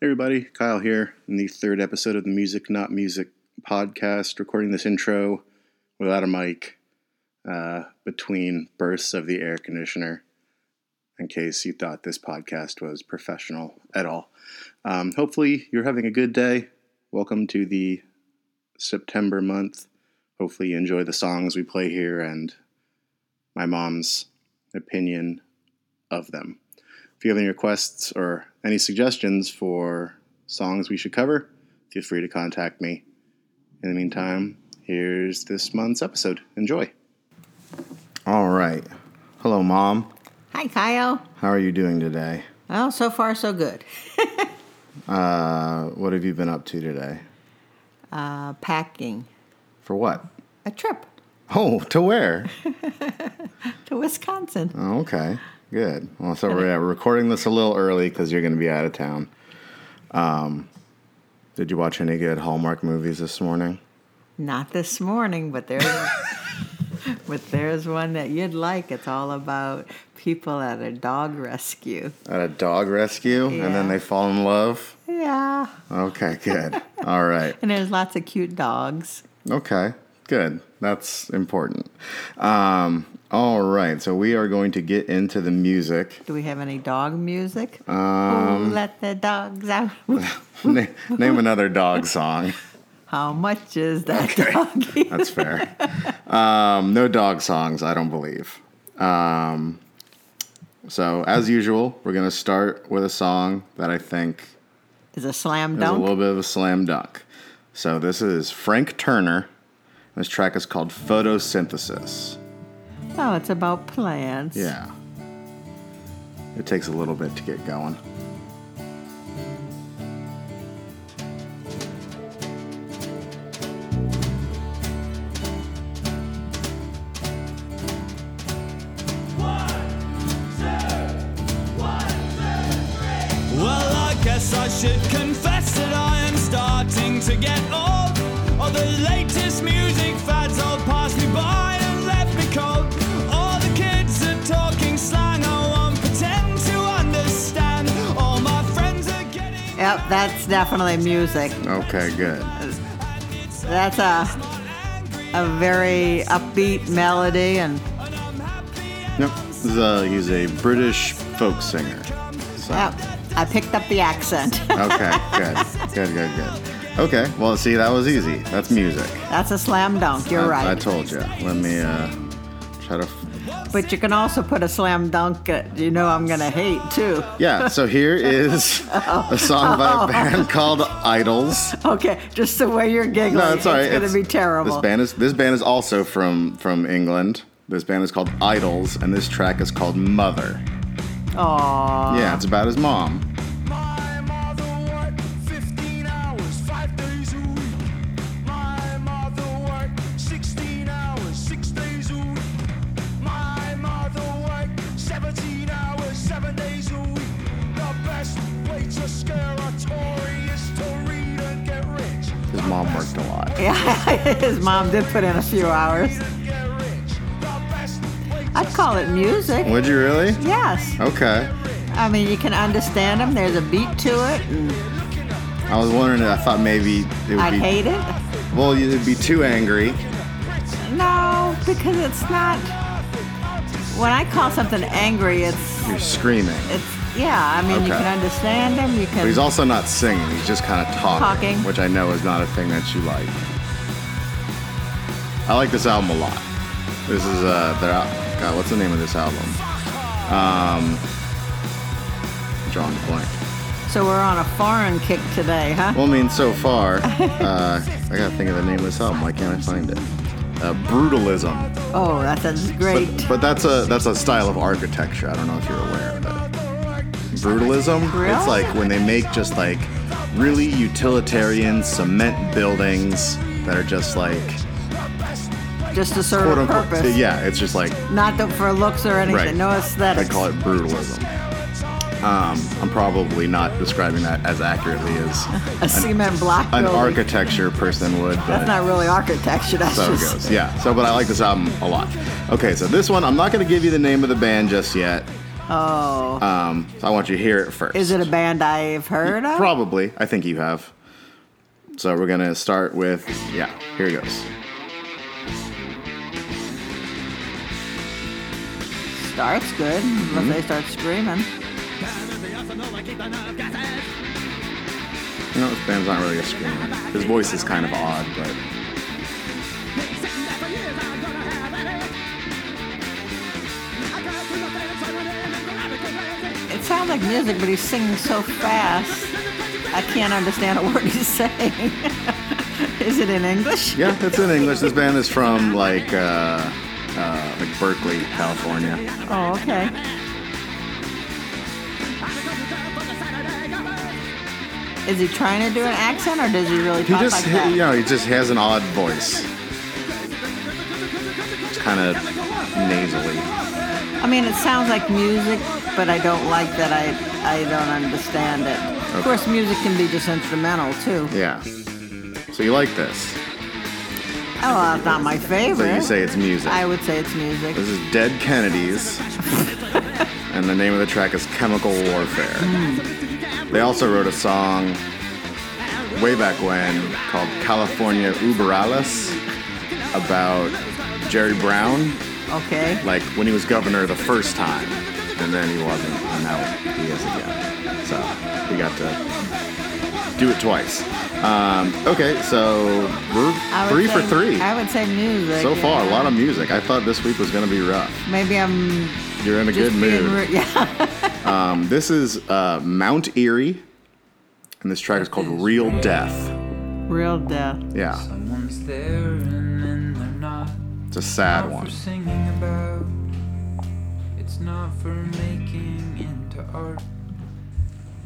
Hey everybody, Kyle here in the third episode of the Music Not Music podcast, recording this intro without a mic uh, between bursts of the air conditioner, in case you thought this podcast was professional at all. Um, hopefully, you're having a good day. Welcome to the September month. Hopefully, you enjoy the songs we play here and my mom's opinion of them. If you have any requests or any suggestions for songs we should cover, feel free to contact me. In the meantime, here's this month's episode. Enjoy. All right. Hello, Mom. Hi, Kyle. How are you doing today? Well, so far, so good. Uh, what have you been up to today? Uh, packing For what? a trip Oh, to where? to Wisconsin. Oh, okay. Good. Well, so we're uh, recording this a little early because you're going to be out of town. Um, did you watch any good Hallmark movies this morning? Not this morning, but there's, but there's one that you'd like. It's all about people at a dog rescue. At a dog rescue, and then Yeah. they fall in love. Yeah. Okay, good. All right. And there's lots of cute dogs. Okay, good. That's important. Um, all right, so we are going to get into the music. Do we have any dog music? Um, let the dogs out. Na- name another dog song. How much is that doggy? That's fair. Um, no dog songs, I don't believe. Um, so, as usual, we're going to start with a song that I think Is a slam is a dunk? little bit of a slam dunk. So, this is Frank Turner. This track is called Photosynthesis. Oh, it's about plants. Yeah. It takes a little bit to get going. Well, I guess I should confess that I am starting to get old. All the latest music fads all passed me by and left me cold. All the kids are talking slang, I won't pretend to understand. All my friends are getting. Yep, that's definitely music. Okay, good. That's a a very upbeat melody and Nope. This is, uh, he's a British folk singer. So, yep, I picked up the accent. okay, good. Good, good, good. Okay, well, see, that was easy. That's music. That's a slam dunk. You're I, I right. told you. Let me uh, try to. F- but you can also put a slam dunk. At, you know I'm gonna hate too. yeah, so here is Oh. a song by a band called Idols. Okay, just the way you're giggling, No, it's all right. gonna be terrible. This band is this band is also from from England. This band is called Idols, and this track is called Mother. Aw, Yeah, it's about his mom. My mother worked 15 hours, five days a week. My mother worked 16 hours, six days a week. My mother worked 17 hours, seven days a week. The best way to scare a Tory is to read and get rich. His mom worked a lot. yeah. His mom did put in a few hours. And get rich. The best way to I'd call it music. Would you really? Yes, Oh. Okay. I mean you can understand them. There's a beat to it. And I was wondering. I thought maybe it would I be. hate it. Well, you'd be too angry. No, because it's not. When I call something angry, it's You're screaming. It's yeah. I mean, you Okay. can understand him. You But can. he's also not singing. He's just kind of talking, Talking. which I know is not a thing that you like. I like this album a lot. This is uh, their al- God. What's the name of this album? Um, John Blank. so we're on a foreign kick today, huh? Well, I mean, so far, uh, I gotta think of the name of this album. Why can't I find it? Uh, brutalism. oh, that's, that's great. But, but that's a that's a style of architecture. I don't know if you're aware of it. Brutalism. It's Really? like when they make just like really utilitarian cement buildings that are just like Just to serve quote a unquote. purpose. Yeah, it's just like Not that for looks or anything. Right. No I aesthetics. call it brutalism. Um, I'm probably not describing that as accurately as a cement block an building. architecture person would. But That's not really architecture. That's so it just goes. Yeah. So, but I like this album a lot. Okay, so this one, I'm not going to give you the name of the band just yet. Oh, Um, so I want you to hear it first. is it a band I've heard of? Probably. I think you have. So we're gonna start with yeah. Here it goes. Starts good Mm-hmm. unless they start screaming. You know, this band's not really a screamer. His voice is kind of odd, but It sounds like music, but he's singing so fast. I can't understand a word he's saying. is it in English? yeah, it's in English. This band is from like uh, uh, like Berkeley, California. Oh, okay. Is he trying to do an accent, or does he really He talk just like that? you know he just has an odd voice. It's kind of nasally. I mean, it sounds like music, but I don't like that. I I don't understand it. Of course, music can be just instrumental too. Yeah. So you like this? Oh, well, it's not my So favorite. you say it's music. I would say it's music. This is Dead Kennedys, and the name of the track is Chemical Warfare. They also wrote a song way back when called California Uberalis about Jerry Brown, Okay. like when he was governor the first time, and then he wasn't, and now he is again. So he got to do it twice. Um, okay, so I we're would three for say- three. I would say music. So far, a yeah. lot of music. I thought this week was going to be rough. Maybe I'm You're in a just good being mood. rude. Yeah. Um, this is uh, Mount Erie, and this track is called Real Death. Real death. Yeah, Someone's there and then they're not. it's a sad not one. for singing about. It's not for making into art.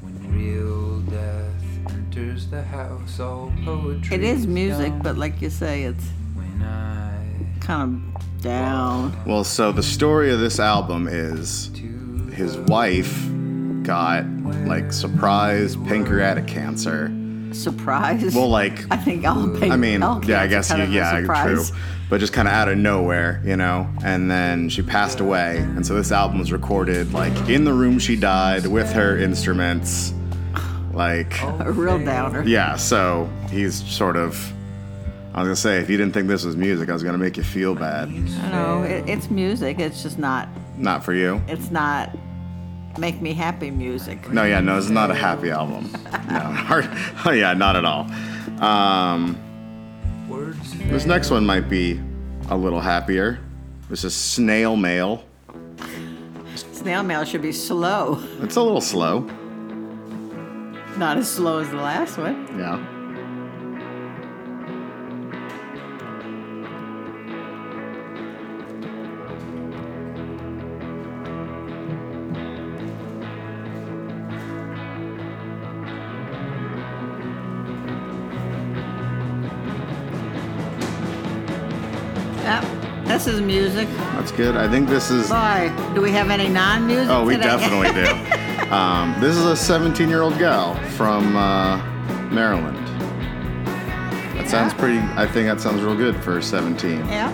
When real death enters the house, all poetry. It is music, down. but like you say, it's when I kind of down. Well, so the story of this album is do his wife got like surprise pancreatic cancer. Surprise. Well, like I think all pain. I mean, all yeah, I cancer guess you, Oh, kind of a yeah, surprise. true. But just kind of out of nowhere, you know. And then she passed away, and so this album was recorded like in the room she died with her instruments, like. A real downer. Yeah, so he's sort of. I was gonna say, if you didn't think this was music, I was gonna make you feel bad. I know. It, it's music. It's just not. Not for you. It's not make me happy music. No, yeah, no, this is not a happy album. No, hard, oh yeah, not at all. Um, words this next one might be a little happier. This is Snail Mail. Snail mail should be slow. It's a little slow. Not as slow as the last one. Yeah. Yep. This is music. That's good. I think this is. Boy, do we have any non-music? Oh, we today? definitely do. Um, this is a 17 year old gal from uh, Maryland. That sounds pretty, I think that sounds real good for 17. yeah.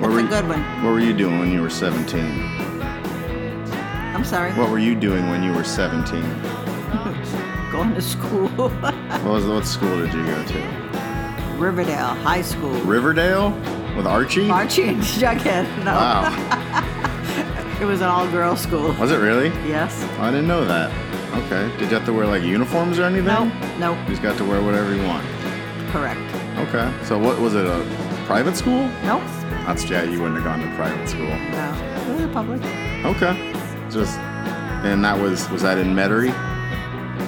What were a you- good one. What were you doing when you were 17? I'm sorry. What were you doing when you were 17? Going to school. What was what school did you go to? Riverdale High School. Riverdale with Archie? Archie and Jughead. No, Wow. it was an all-girls school. Was it really? Yes. I didn't know that. Okay. Did you have to wear like uniforms or anything? No. No. You just got to wear whatever you want. Correct. Okay. So what was it a private school? Nope. That's yeah, you wouldn't have gone to private school. No. It was a public. Okay. Just and that was was that in Metairie?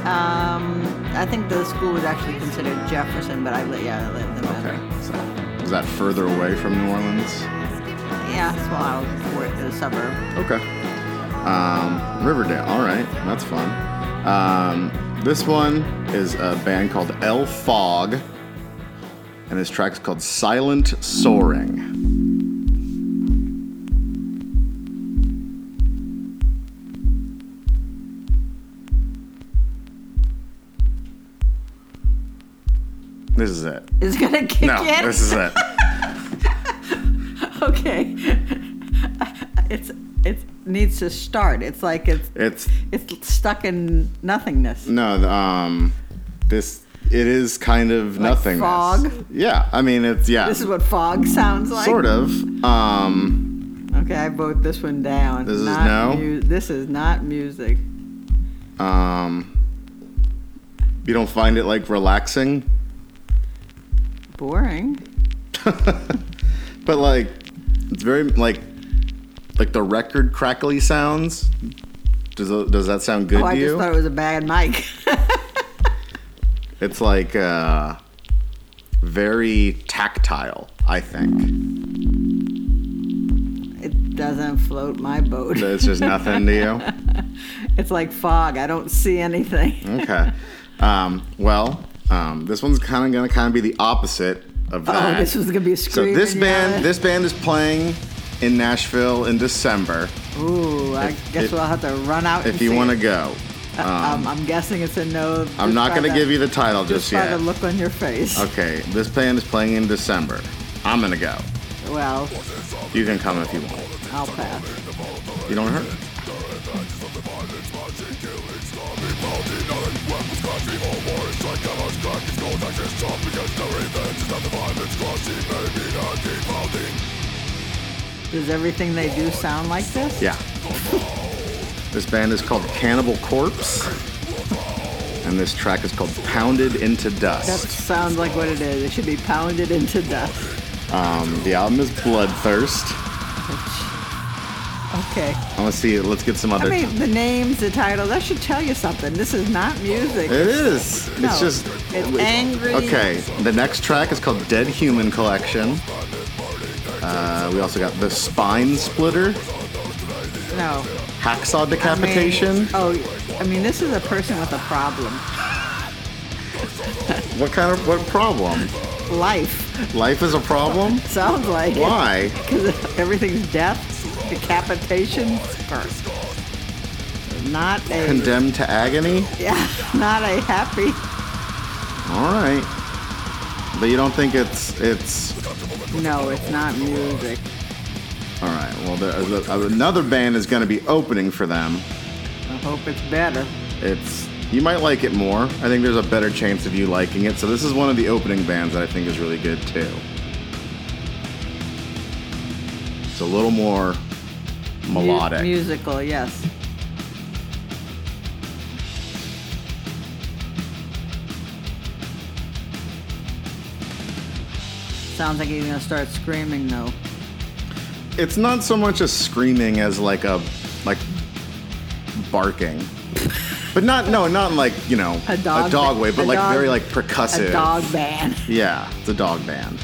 Um, I think the school was actually considered Jefferson, but I li- yeah, I lived in Okay. Metairie. So was that further away from New Orleans? Yeah, it's while I worked in a suburb. Okay. Um, Riverdale. All right, that's fun. Um, this one is a band called El Fog, and this track's called Silent Soaring. This is it. Is it gonna kick No, in? this is it. okay. it's it's needs to start. It's like it's It's it's stuck in nothingness. no, the, um, this it is kind of nothingness. fog? Yeah, I mean it's yeah, This is what fog sounds like. sort of. Um, Okay, I vote this one down. This is Not no? mu- this is not music. um, you don't find it like relaxing, Boring. but like it's very like like the record crackly sounds. Does does that sound good Oh, to I you? just thought it was a bad mic. It's like uh, very tactile, I think. it doesn't float my boat. It's just nothing to you. It's like fog. I don't see anything. Okay. Um, well, um, this one's kind of gonna kind of be the opposite of that. Oh, this was gonna be a so scream. this and yell band, at- this band is playing in Nashville in December. Ooh, I if- guess if- we'll have to run If out. and you see want to it. go, um, I'm guessing it's a no. I'm not gonna give you the title just, just by yet. the look on your face. Okay, this band is playing in December. I'm gonna go. Well, You can come if you want. I'll pass. You don't hurt. Does everything they do sound like this? Yeah. this band is called Cannibal Corpse. And this track is called Pounded into That Dust. sounds like what it is. It should be pounded into dust. Um, the album is Bloodthirst. Okay. I want to see it. Let's get some I other. mean, the names, the title, that should tell you something. This is not music. it is. No, It's just. it's angry. Okay. The next track is called Dead Human Collection. Uh, we also got The Spine Splitter, No. Hacksaw I mean- Decapitation. oh, I mean, this is a person with a problem. What kind of what problem? Life Life is a problem. sounds like it. Why? Because everything's death, decapitation, first. Not a Condemned to agony. yeah, not a happy. All right. But you don't think it's it's No, it's not music. all right. Well, there, uh, another band is going to be opening for them. I hope it's better. It's you might like it more. I think there's a better chance of you liking it. So this is one of the opening bands that I think is really good too. It's a little more Mu- melodic. musical, yes. Sounds like he's gonna start screaming though. It's not so much a screaming as like a like barking. But not no, not in like, you know, A dog ba- way, but a like dog- very like A percussive. dog band. Yeah, it's a dog band.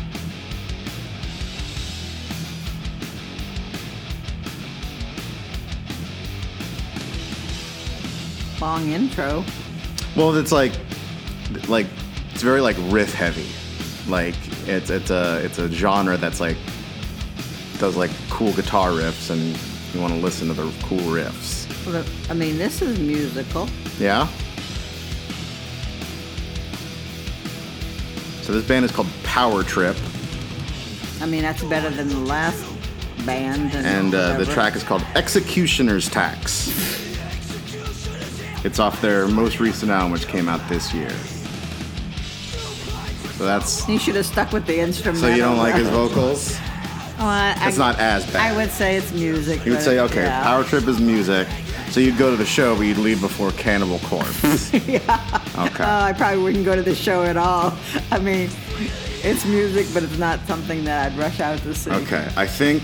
Long intro. Well, it's like like it's very like riff heavy. Like it's it's a it's a genre that's like does like cool guitar riffs and you want to listen to the cool riffs. Well, the- I mean, this is musical. Yeah. So this band is called Power Trip, I mean, that's better than the last band. And, and uh, the whatever. track is called Executioner's Tax. It's off their most recent album, which came out this year. So that's You should have stuck with the instrument. so you don't like his vocals. It's it's not as bad. I would say it's music. You would but say, okay, yeah. Power Trip is music. So you'd go to the show, but you'd leave before Cannibal Corpse. yeah. Okay. Oh, I probably wouldn't go to the show at all. I mean, it's music, but it's not something that I'd rush out to see. Okay, I think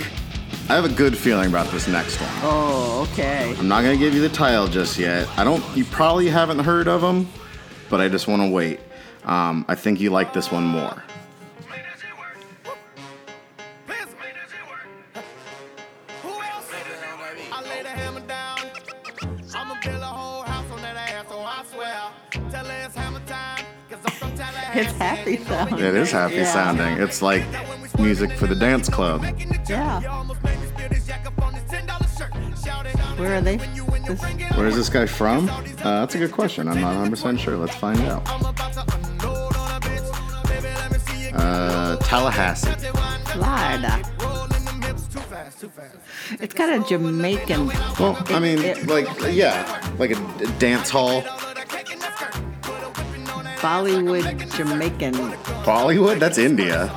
I have a good feeling about this next one. Oh, okay. I'm not gonna give you the title just yet. I don't. You probably haven't heard of them, but I just want to wait. Um, I think you like this one more. Made us it work. Vince made us it work. Who else? I lay the hammer down. I'ma build a whole house on that ass, oh I swear. Tell her it's hammer time, cause I'm from Tallahassee. It's happy sound. It is happy Yeah. sounding. It's like music for the dance club. Yeah. Where are they? This- Where is this guy from? Uh, that's a good question. I'm not 100% sure. Let's find out. Uh, Tallahassee. Florida. Uh, Rolling them hips too fast. It's kind of Jamaican. Well, I mean, It- like, yeah, like a, a dance hall Bollywood Jamaican. Bollywood. That's India.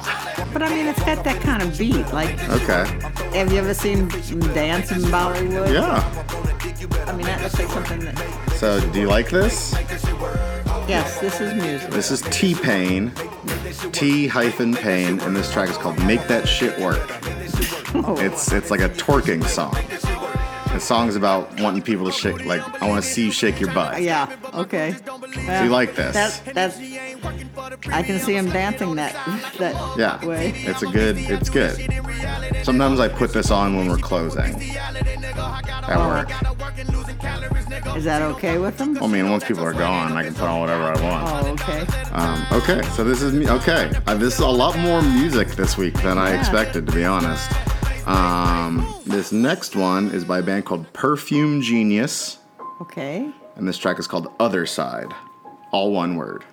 But I mean, it's got that kind of beat. Like, Okay. have you ever seen dance in Bollywood? Yeah. I mean, that looks like something that. So, do you like this? Yes, this is music. This is T Pain, T hyphen Pain, and this track is called "Make That Shit Work." Oh, It's it's like a twerking song. The song's about wanting people to shake. Like, I want to see you shake your butt. yeah. Okay. Do you like this? That's that's. I can see him dancing that that yeah. way. It's a good. It's good. Sometimes I put this on when we're closing at work. Is that okay with him? I mean, once people are gone, I can put on whatever I want. Oh, okay. Um, okay, so this is me. Okay, uh, this is a lot more music this week than I Yeah. expected, to be honest. Um, this next one is by a band called Perfume Genius, Okay. and this track is called Other Side, all one word.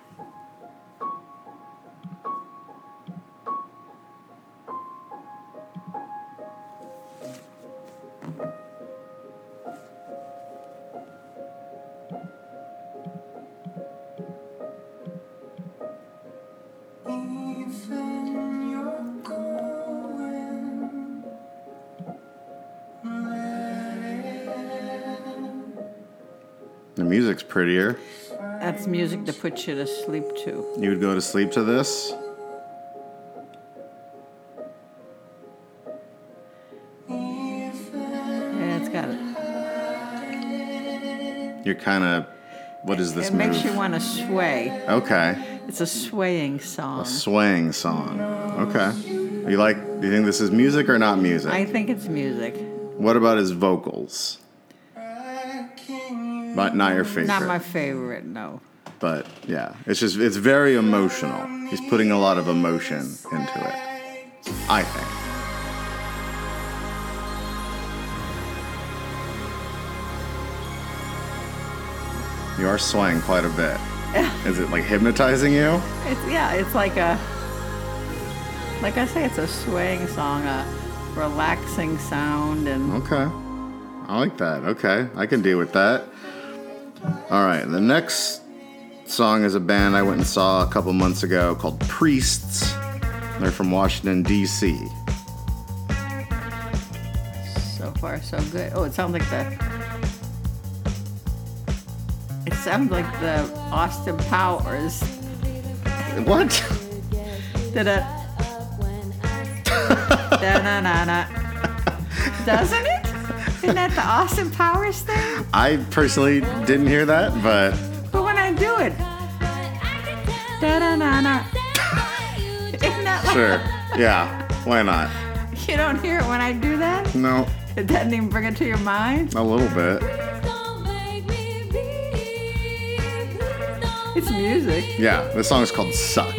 The music's prettier. That's music to put you to sleep to. You would go to sleep to this. Yeah, it's got it. You're kind of, what is this It move? makes you want to sway. okay, It's a swaying song. a swaying song. Okay, you like? Do you think this is music or not music? I think it's music. What about his vocals? But not your favorite. Not my favorite, no. but yeah, it's just it's very emotional. He's putting a lot of emotion into it. I think. You are swaying quite a bit. Is it like hypnotizing you? It's yeah, it's like a like I say, it's a swaying song, a relaxing sound and Okay. I like that. Okay. I can deal with that. All right. The next song is a band I went and saw a couple months ago called Priests. They're from Washington, D.C. so far so good. Oh, it sounds like the It sounds like the Austin Powers. What? Da da da na na na. Doesn't it? Isn't that the Austin Powers thing? I personally didn't hear that, but But when I do it, da da na na. Isn't that like sure. Yeah. Why not? you don't hear it when I do that? No, It doesn't even bring it to your mind. a little bit. It's music. Yeah. This song is called Suck.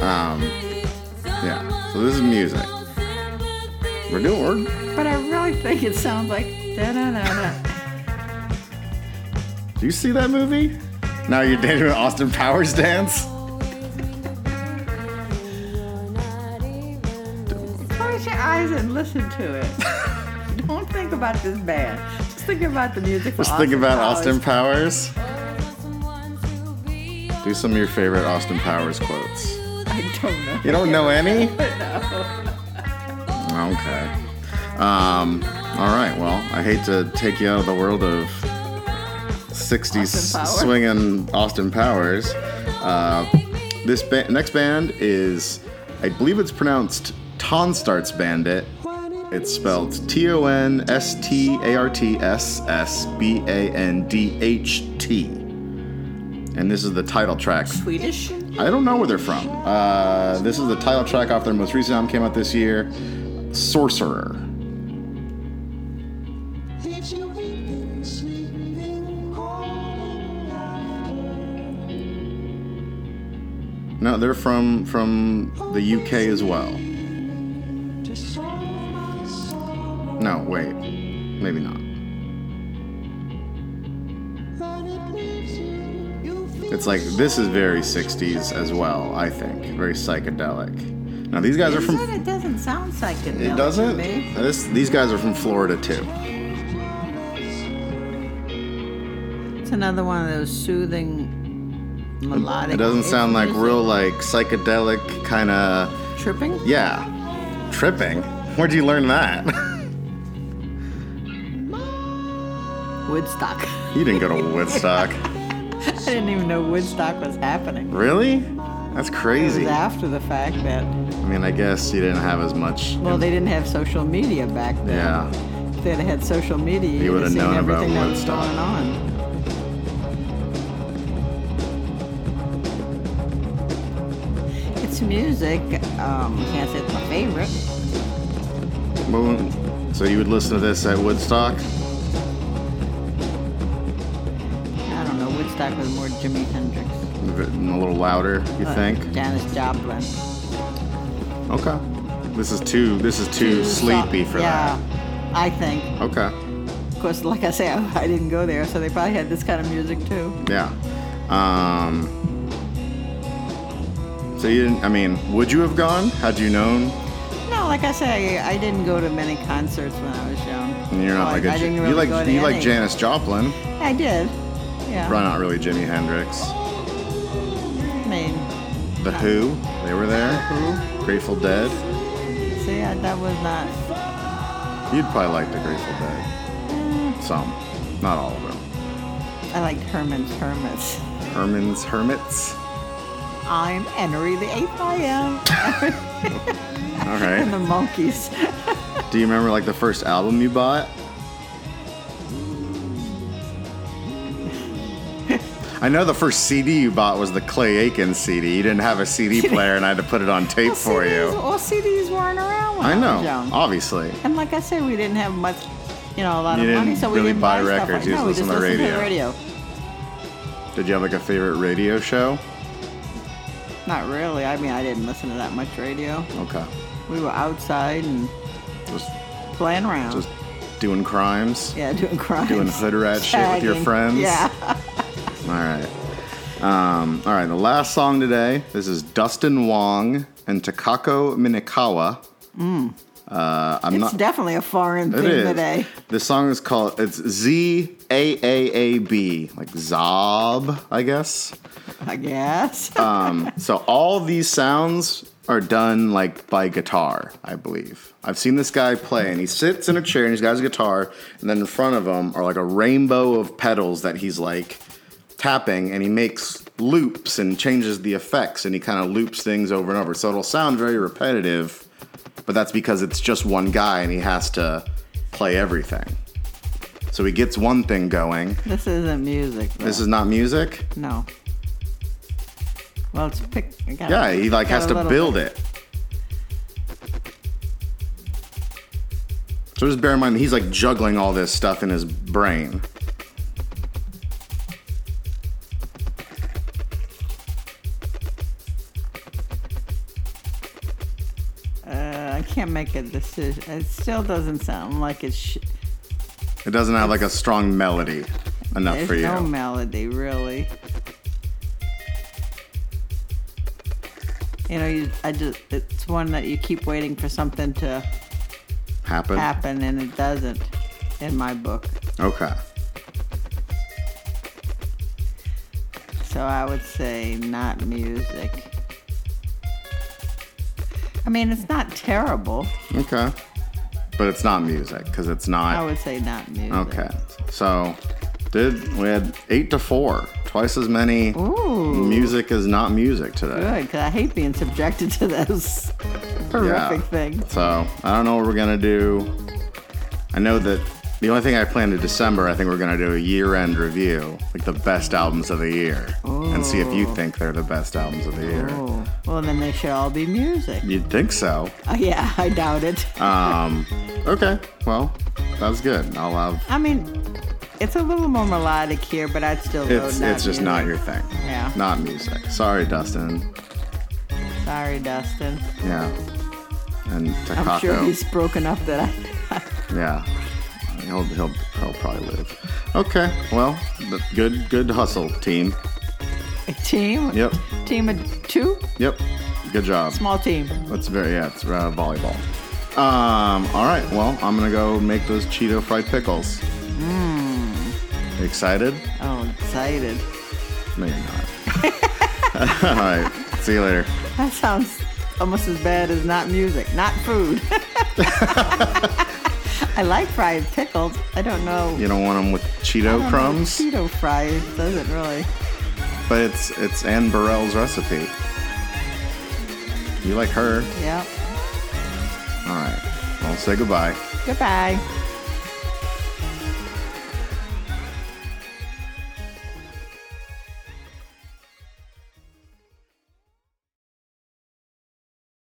Um, yeah. So this is music. We're doing, we're, But I really think it sounds like da da da da. do you see that movie? Now you're dating with Austin Powers dance? Close your eyes and listen to it. Don't think about this band. Just think about the music. Just think about Austin Powers. Do some of your favorite Austin Powers quotes. I don't know. You don't know any? Okay. Um, all right. Well, I hate to take you out of the world of 60s Austin Powers. swinging Austin Powers. Uh, this ba- next band is, I believe it's pronounced Tonstarts Bandit. It's spelled T O N S T A R T S S B A N D H T. And this is the title track Swedish. I don't know where they're from. Uh, this is the title track off their most recent album, came out this year, Sorcerer. No, they're from from the UK as well. No, wait, maybe not. It's like this is very 60s as well, I think. Very psychedelic. Now these guys are Is from. it? It doesn't sound psychedelic. It doesn't. To me. This these guys are from Florida too. It's another one of those soothing, melodic. It doesn't it's sound like music. real like psychedelic kind of tripping. yeah tripping. Where'd you learn that? Woodstock. I you didn't go to Woodstock, didn't even know Woodstock was happening. really? That's It was crazy. I after the fact that mean, I guess you didn't have as much. well, they didn't have social media back then. Yeah. If they'd had social media, You would would've have seen known about everything that was Woodstock. going on. It's music. Um, can't say it's my favorite. Well, so you would listen to this at Woodstock? I don't know. Woodstock was more Jimi Hendrix. A bit- a little louder, you uh, think? Janis Joplin. Okay. This is too this is too Too so- sleepy for yeah, I think. that. Okay. Of course, like I say, I, I didn't go there, so they probably had this kind of music too. Yeah. Um So you didn't I mean, would you have gone had you known? No, like I say, I didn't go to many concerts when I was young. You're not Oh, like I a I didn't you really like go to you like any. Janis Joplin, I did. Yeah. but not really Jimi Hendrix. I mean, The Who, they were there. who? Grateful Dead. See, I, that was not. You'd probably like the Grateful Dead. Mm. Some, not all of them. I liked Herman's Hermits. Herman's Hermits. I'm Henry the Eighth. I am. All right. And the monkeys. Do you remember like the first album you bought? I know the first CD you bought was the Clay Aiken CD. You didn't have a CD player, and I had to put it on tape for CDs, you. All CDs weren't around when I, I know, was young. obviously. And like I said, we didn't have much, you know, a lot You of money, didn't so we really didn't buy stuff records, Like, you no, just we just listened to listened to radio. the radio. Did you have like a favorite radio show? Not really. I mean, I didn't listen to that much radio. Okay, We were outside and just playing around. just doing crimes, yeah, doing crimes. doing hood rat shit with your Shagging. friends. Yeah. All right. Um, all right. The last song today. This is Dustin Wong and Takako Minakawa. Uh, I'm Mm. It's not. definitely a foreign it thing is. today. The song is called. It's Z A A A B, like Zob, I guess. I guess. Um, so all these sounds are done like by guitar, I believe. I've seen this guy play, and he sits in a chair and he's got his guitar, and then in front of him are like a rainbow of pedals that he's like tapping, and he makes loops and changes the effects, and he kind of loops things over and over. So it'll sound very repetitive, but that's because it's just one guy and he has to play everything. So he gets one thing going. this isn't music. Though. This is not music. no. Well, it's pick. I gotta- Yeah, he like got has a to little build it. So just bear in mind he's like juggling all this stuff in his brain. Uh, I can't make a decision. It still doesn't sound like it's. Sh- It doesn't have like a strong melody enough There's for you. no melody, really. You know, you, I just, it's one that you keep waiting for something to Happen. happen and it doesn't in my book. Okay. So I would say not music. I mean, it's not terrible. Okay. But it's not music because it's I not. would say not Oh, music. Okay. So did we had eight to four, twice as many Ooh. music as not music today. Good, because I hate being subjected to those horrific things. So I don't know what we're gonna do. I know that the only thing I planned in December, I think we're gonna do a year-end review, like the best albums of the year, and see if you think they're the best albums of the year. Oh, well, then they should all be music. You'd think so. Oh, yeah, I doubt it. Um, okay, well, that's good. I'll have. I mean, it's a little more melodic here, but I'd still vote It's Oh, not it's just music. not your thing. Yeah. Not music. Sorry, Dustin. Sorry, Dustin. Yeah. And Takako. I'm sure he's broken up that I. Yeah. He'll, he'll, he'll probably live. Okay. Well, th- good good hustle, team. A team. Yep. Team of two. Yep. Good job. Small team. That's very yeah. It's uh, volleyball. Um. All right. Well, I'm gonna go make those Cheeto fried pickles. Mmm. Hmm. Excited? Oh, excited. No, you're not. all right. See you later. That sounds almost as bad as not music, not food. I like fried pickles. I don't know. You don't want them with I don't Cheeto know, crumbs, Cheeto fries doesn't really. but it's it's Anne Burrell's recipe. You like her? Yep. All right. Well, say goodbye. Goodbye.